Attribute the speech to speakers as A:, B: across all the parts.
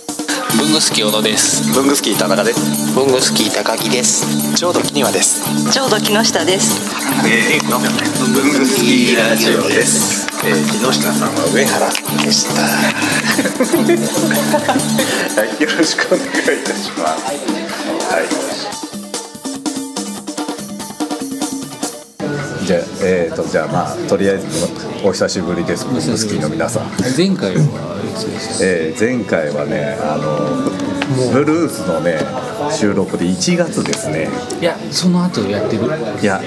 A: 文具好き小野です
B: 文具スキー田中です
A: 文具好き高木です
B: ちょうど木庭です
C: ちょうど木下です。
B: 文具スキーラジオです、えー、木下さんは上原さんでしたはい、よろしくお願いいたしますはいじゃあ、えー、とじゃあまあとりあえずお久しぶりです文具スキーの皆さん
A: 前回はですね
B: えー前回はねあのブルースのね収録で1月ですね
A: いやその後やってる
B: いや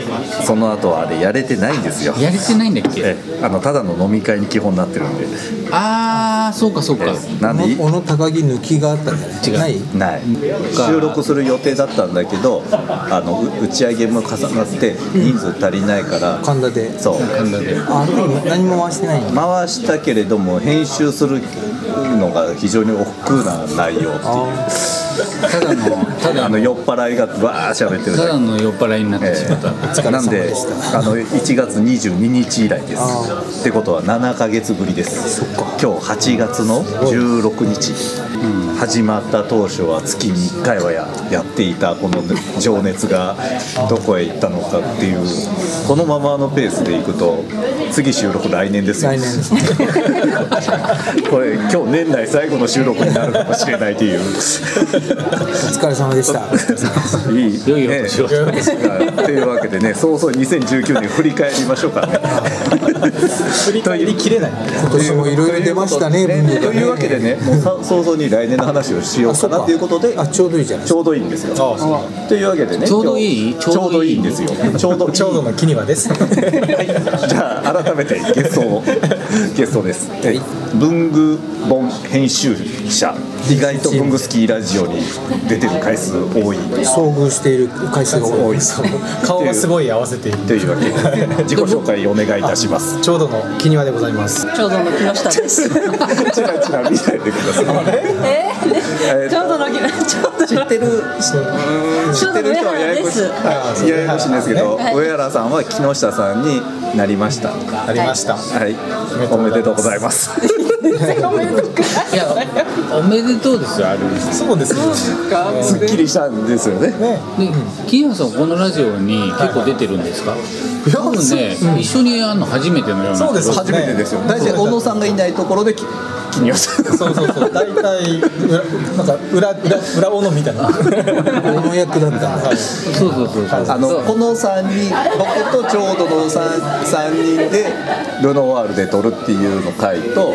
B: その後はあれやれてないんですよ
A: やれてないんだっけ、
B: ええあのただの飲み会に基本なってるんで
A: ああそうかそうか
B: なんでい
D: 小野高木抜きがあったんじゃない
A: 違う
D: ない
B: ない収録する予定だったんだけどあのう打ち上げも重なって人数足りないから
D: 神田で
B: そう
A: 神田で
D: ああの時何も回してないんだ
B: 回したけれども編集するのが非常に億劫な内容っていう
D: あ
A: ただのただ
B: あの
A: の
B: 酔っ払いがわー喋ってるだ
A: た
B: け
A: だの酔っ払いになってしまった、
D: 疲れ様
B: なんで
D: でした
B: あの1月22日以来で
D: あ
B: すってことは7ヶ月ぶりです今日8月の16日、始まった当初は月に1回はややっていたこの情熱がどこへ行ったのかっていうこのままのペースでいくと次収録来年ですよ
D: 来年ですね
B: これ今日年内最後の収録になるかもしれないという
D: お疲れ様でした
B: いい
A: 良いお年を
B: ねというわけでね、そうそう2019年振り返りましょうかね。振り返りきれない。
D: 今年もいろいろ出ましたね文具がね
B: というわけでね、もうさ早々に来年の話をしようかなということで、
D: あちょうどいいじゃない
B: ちょうどいいんですよ。というわけでね、
A: ちょうどいい
B: 今日ちょうどいいんですよ。ちょうどちょうどの木庭です。はいじゃあ改めてゲストをゲストです。はい文具本編集者。意外と文具スキーラジオに出てる回数多い。
D: 遭遇している回数が多い
B: 多い
E: 顔がすごい合わせている
B: というわけで 自己紹介お願いいたし ます。
E: ちょうどの木庭でございます
C: ちょうどの木下です。
B: ちらちら見ないでください。
C: え
B: えー
C: ちょうどの木下。ちょうど
B: 知ってる知ってる人はややこしい
C: 上
B: はいややこしいんですけど、上原さんは木下さんになりました。は
E: ありました、
B: い、おめでとうございます。
A: いやおめでとうですよある意味
E: そうですね
B: すっきりしたんですよね。
A: で、キーハンさんこのラジオに結構出てるんですか、多分ね、一緒にやるの初めてのような
E: そうですね
B: 初めてですよ。大体小野さんがいないところ で木木下さ
E: そ
B: ん。
E: うそうそう大体裏なんか裏裏裏斧み たいな
D: この役だったんだ
A: そうそうそうそう
B: あのこの三人僕とちょうどの三三人でルノワールで撮るっていうの回と、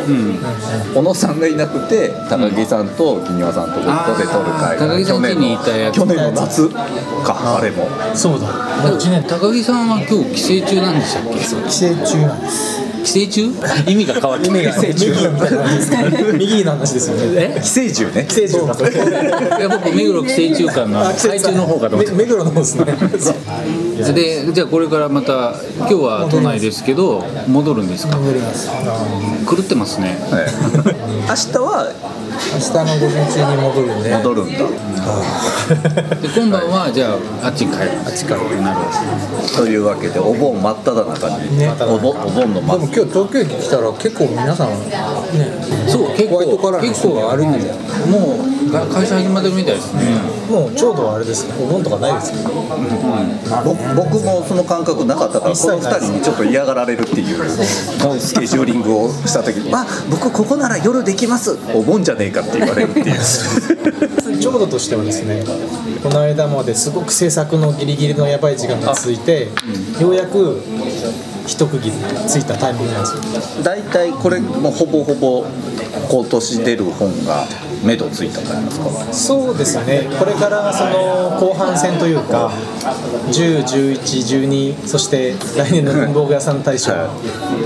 B: 小野さんがいなくて高木さんと木庭さんと僕とで撮る回
A: あー高木さん家にいたやつ
B: 去年の夏かあれも
E: そうだ
A: でも高木さんは今日帰省中なんでしたっけ
D: 寄生虫なんです
A: 帰省中意味が変わってる
E: 右 みたいな感じですかね右の話ですよね
A: え
B: 寄生獣ね
E: 寄生獣だと
A: いや僕目黒寄生中間の海中の方かと思って
E: 目黒の方ですね
A: たでじゃあこれからまた今日は都内ですけど戻るんですか
D: 戻ります
A: 狂ってますね
B: はい明日は
D: 明日の午前中に戻るんで
B: 戻るんだ
A: で今晩はじゃああっちに帰るあっちからなる
B: というわけでお盆真っ只中に、
D: ね
B: お盆お盆の真
D: で
B: っ
D: も今日東京駅来たら結構皆さんね
A: そう結
D: ホ
A: 構
D: ワイトカラーの
A: 結
D: 人
A: 構
D: が歩いてたよ
A: うんもうが会社始まってるみたいですね
E: もうちょうどはあれですかお盆とかないですか
B: ぼ僕もその感覚なかったからこの2人にちょっと嫌がられるっていうスケジューリングをした時に「あ僕ここなら夜できます」「お盆じゃねえか」って言われるっていう
E: ちょうどとしてはですねこの間まですごく制作のギリギリのやばい時間が続いて、ようやく一区切りついたタイミングなんです よ
B: 大体これもうほぼほぼ今年出る本が目処ついたからですか
E: そうですね、これからその後半戦というか、10、11、12、そして来年の文房具屋さん大賞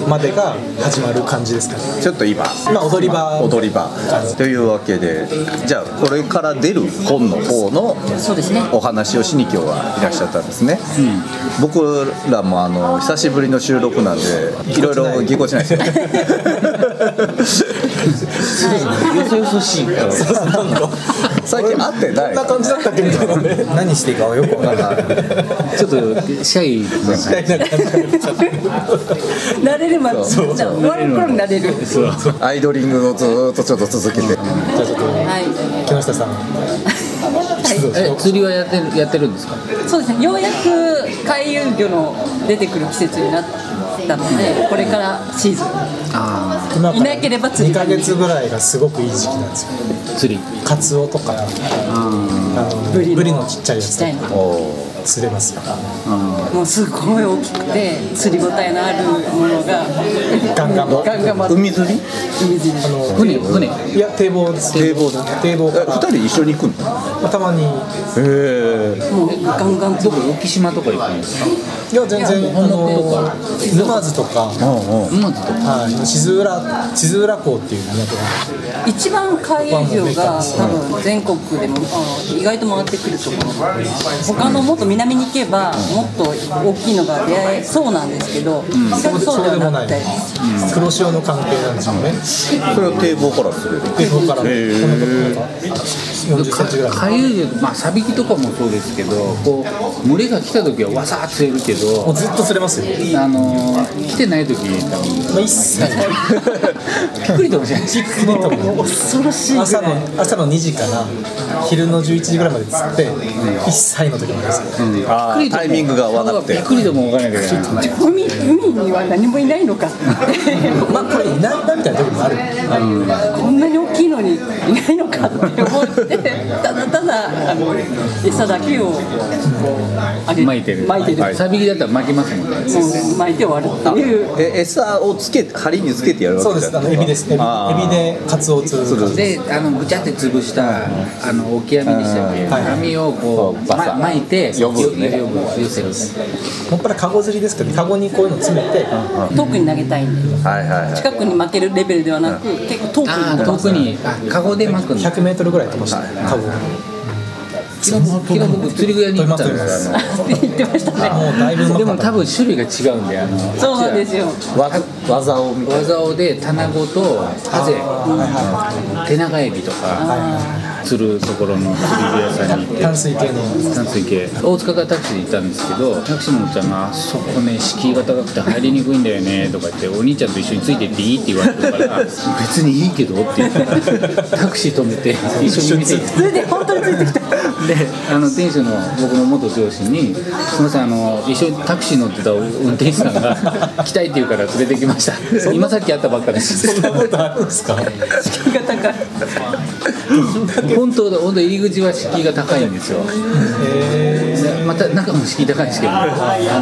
E: までが始まる感じですかね、
B: ちょっと今
E: 今、踊り場、
B: 踊り場というわけでじゃあこれから出る本の方の
C: そうですね
B: お話をしに今日はいらっしゃったんですね、僕らもあの久しぶりの収録なんでいろいろぎこちないですよ
A: するよそよ そしいから
B: 最近会ってない
E: こんな感じだったっけみたいなね
D: 何していいかよくわからない
A: ちょっとシャイな感じ
C: 慣れるまで終わる頃に慣れる
B: アイドリングをずーっとちょっと続けて
E: じゃあちょっ
C: はい
E: と木下さん
C: は
A: え釣りはやってるやってるんですか
C: い、そうですねようやく回遊魚の出てくる季節になったのでこれからシーズン
A: あ
E: 今か
C: いなければ釣り
E: 2ヶ月ぐらいがすごくいい時期なんですよ
A: あ釣り
E: カツオとか
A: あ
E: あの
C: ブリの
E: ブリのちっちゃいや
C: ちっ
E: つ
C: ちゃい
E: と
C: の
E: か釣れますよ
C: もうすごい大きくて釣り応えのあるものが
E: ガンガ
C: ガ
E: ン
C: ンガン回って
B: 海釣り
C: 海釣り
E: あの
A: 船船
E: いや堤防です
B: 堤防だ
E: 堤防から
B: 2人一緒に行くの
E: たまにい
B: へえ
C: もうガンガン
A: ど
C: 釣
A: こ
C: り
A: 沖島とか行くんですか
E: や全然あの沼津とか
B: うんうん
A: うんとか
E: はい静浦静浦港っていう港が
C: 一番回遊魚が多分全国でもあの意外と回ってくると思う他のもっと南に行けばもっと大きいのが出会えそうなんですけど、
E: そうで
C: そう
E: そうで
C: ではな
E: も
C: く
E: ない
C: て
E: 黒潮の関係なんですよね
B: それは堤防から釣れる
E: 堤防からこん
B: へー
E: なところから40センチぐらい
A: かゆいまあサビキとかもそうですけどこう群れが来た時はわさーっと釣れるけど
E: もうずっと釣れますよ
A: あのー、来てない時に多分
E: まあ一切
A: びっくりともしれないし
C: 恐ろしいぐらい
E: 朝の朝の2時から昼の11時ぐらいまで釣って一切の時もですよ
B: あータイミングが合わなく
A: びってくりとも分からないけどな
C: 海海には何もいないのかって
E: まあこれいないなみたいな時もある
C: こんなに大きいのにいないのかって思ってただただあの餌だけをあげ
A: 巻いてる
C: 巻いてる、
A: サビキだったら巻きますもんね
C: もう巻いて終わるっていう
B: え餌をつけ針につけてやるわ
E: そう
B: け
E: で
B: じゃ
E: すあ
B: ない
E: のエビですエビエ
B: あー
E: ビでカツオを釣る
B: 釣る
A: であのぐちゃって潰したあの置き網でしたっけ、
E: はい
A: 網をこう、
B: そうバサ
A: ま、巻いて
B: 呼ぶね
A: 呼ぶ寄せる
E: もっぱらカゴ釣りですけどカゴにこういうの詰めて
C: 遠くに投げたいんで
B: はいはいはい
C: 近くに負けるレベルではなく結構遠くに
A: ああ
C: 飛ばす
A: 特にあカゴで巻くんだ
E: 100メートルぐらい飛ばしてカゴを
A: 昨日僕昨日僕釣り具屋に行ったんですよあ
C: って言ってましたね
E: もうだいぶうまかった
A: のでも多分種類が違うんであの
C: そうなんですよ
B: 技技を見て
A: 技をで棚子とハゼ手長エビとか釣るところの釣り具屋さんに行って
E: 淡水系 の
A: 淡水系大塚からタクシーで行ったんですけどタクシーのおっちゃんが「あそこね敷居が高くて入りにくいんだよね」とか言って「お兄ちゃんと一緒についてっていい?」って言われたから「別にいいけど」って言ってタクシー止めて一緒に見て行って
C: それで本当についてきた
A: であの店主の僕の元上司に「すみませんあの一緒にタクシー乗ってた運転手さんが来たいって言うから連れてきました今さっき会ったばっかです」
E: そんなことあるんですか
C: 敷居が高い
A: 本当だ本当入り口は敷居が高いんですよねまた中も敷居高いんですけどあの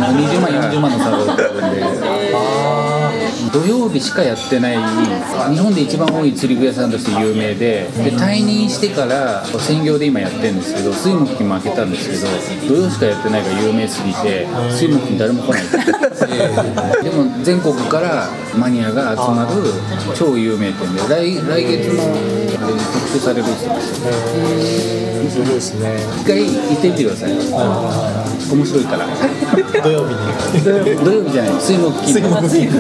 A: 20万40万の差があるんで土曜日しかやってない日本で一番多い釣り具屋さんとして有名でで退任してから専業で今やってるんですけど水木金も開けたんですけど土曜しかやってないが有名すぎて水木金誰も来ないでも全国からマニアが集まる超有名店で来来月もあれに特集されるって言ってました
E: すごいですね
A: 一回行ってみてください面白いから
E: 土曜日に
A: 土曜日じゃない水木金
E: 水木
A: 土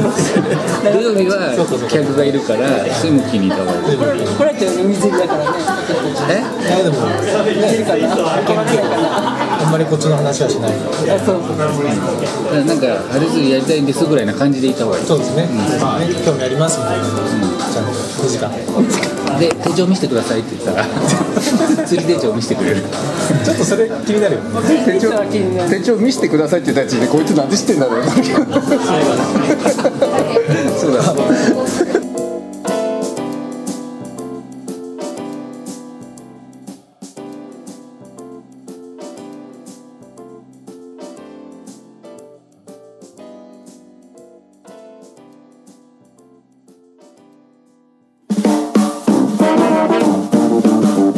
A: 曜日は客がいるから水木金に行った方がいい
C: これこれって海釣りだからねちょっと
A: え
E: いやでもあ
C: 釣れるかな分からないかなん
E: まりこっちの話はしない
C: あそう
A: なんかあれずやりたいんですぐらいな感じで行った方がい
E: そうですねまあね興味ありますみたいなじゃあ2時間
A: いで手帳見せてくださいって言ったら釣り手帳見せてくれる
E: ちょっとそれ気になるよね
C: 手帳は気になる
B: 手帳見せてくださいって言った時でこいつなんで知ってんだろう そうだ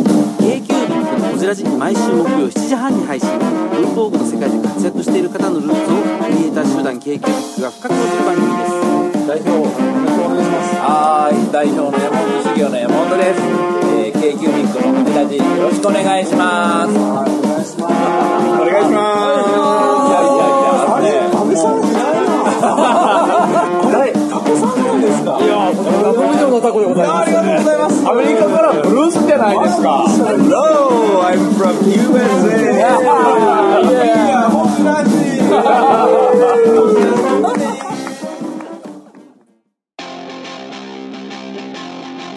F: こちらじ毎週木曜7時半に配信文房具の世界で活躍している方のルーツをクリエイター集団 k q ビックが深く落ちる番組です
G: 代表お願いしますはーい代表の山本修行の山本です、えー、k q ミックのおラジよろしくお願いしますはいお願いしますお願いしますいやいやいやあれ、ね、タコさんじゃないな誰タコさんなんですですかいやありがとうございますアメリカからブルースじゃないですか
B: Hello, I'm from USA.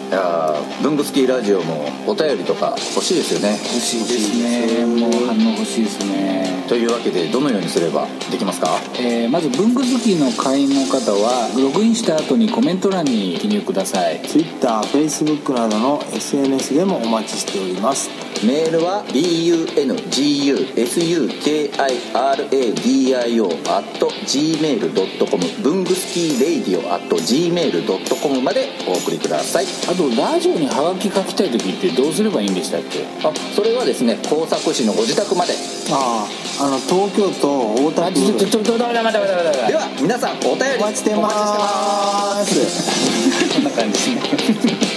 H: いやー文具好きラジオもお便りとか欲しいですよね
A: 欲しいですねもう反応欲しいですね、
H: というわけでどのようにすればできますか
A: えーまず文具好きの会員の方はログインした後にコメント欄に記入ください
I: TwitterFacebook などの SNS でもお待ちしております
H: メールは bungusukradio gmail.com 文具スキーレイディオ gmail.com までお送りください
A: あとラジオにハガキ書きたい時ってどうすればいいんでしたっけ
H: あそれはですね工作士のご自宅まで
I: あああの東京都大田
A: あ
I: 区
A: ちょちょちょちょダメだダメだダメだダメだ
H: では皆さんお便り
I: お待ちしてま
H: お待ちしてます
I: す
A: こんな感じですね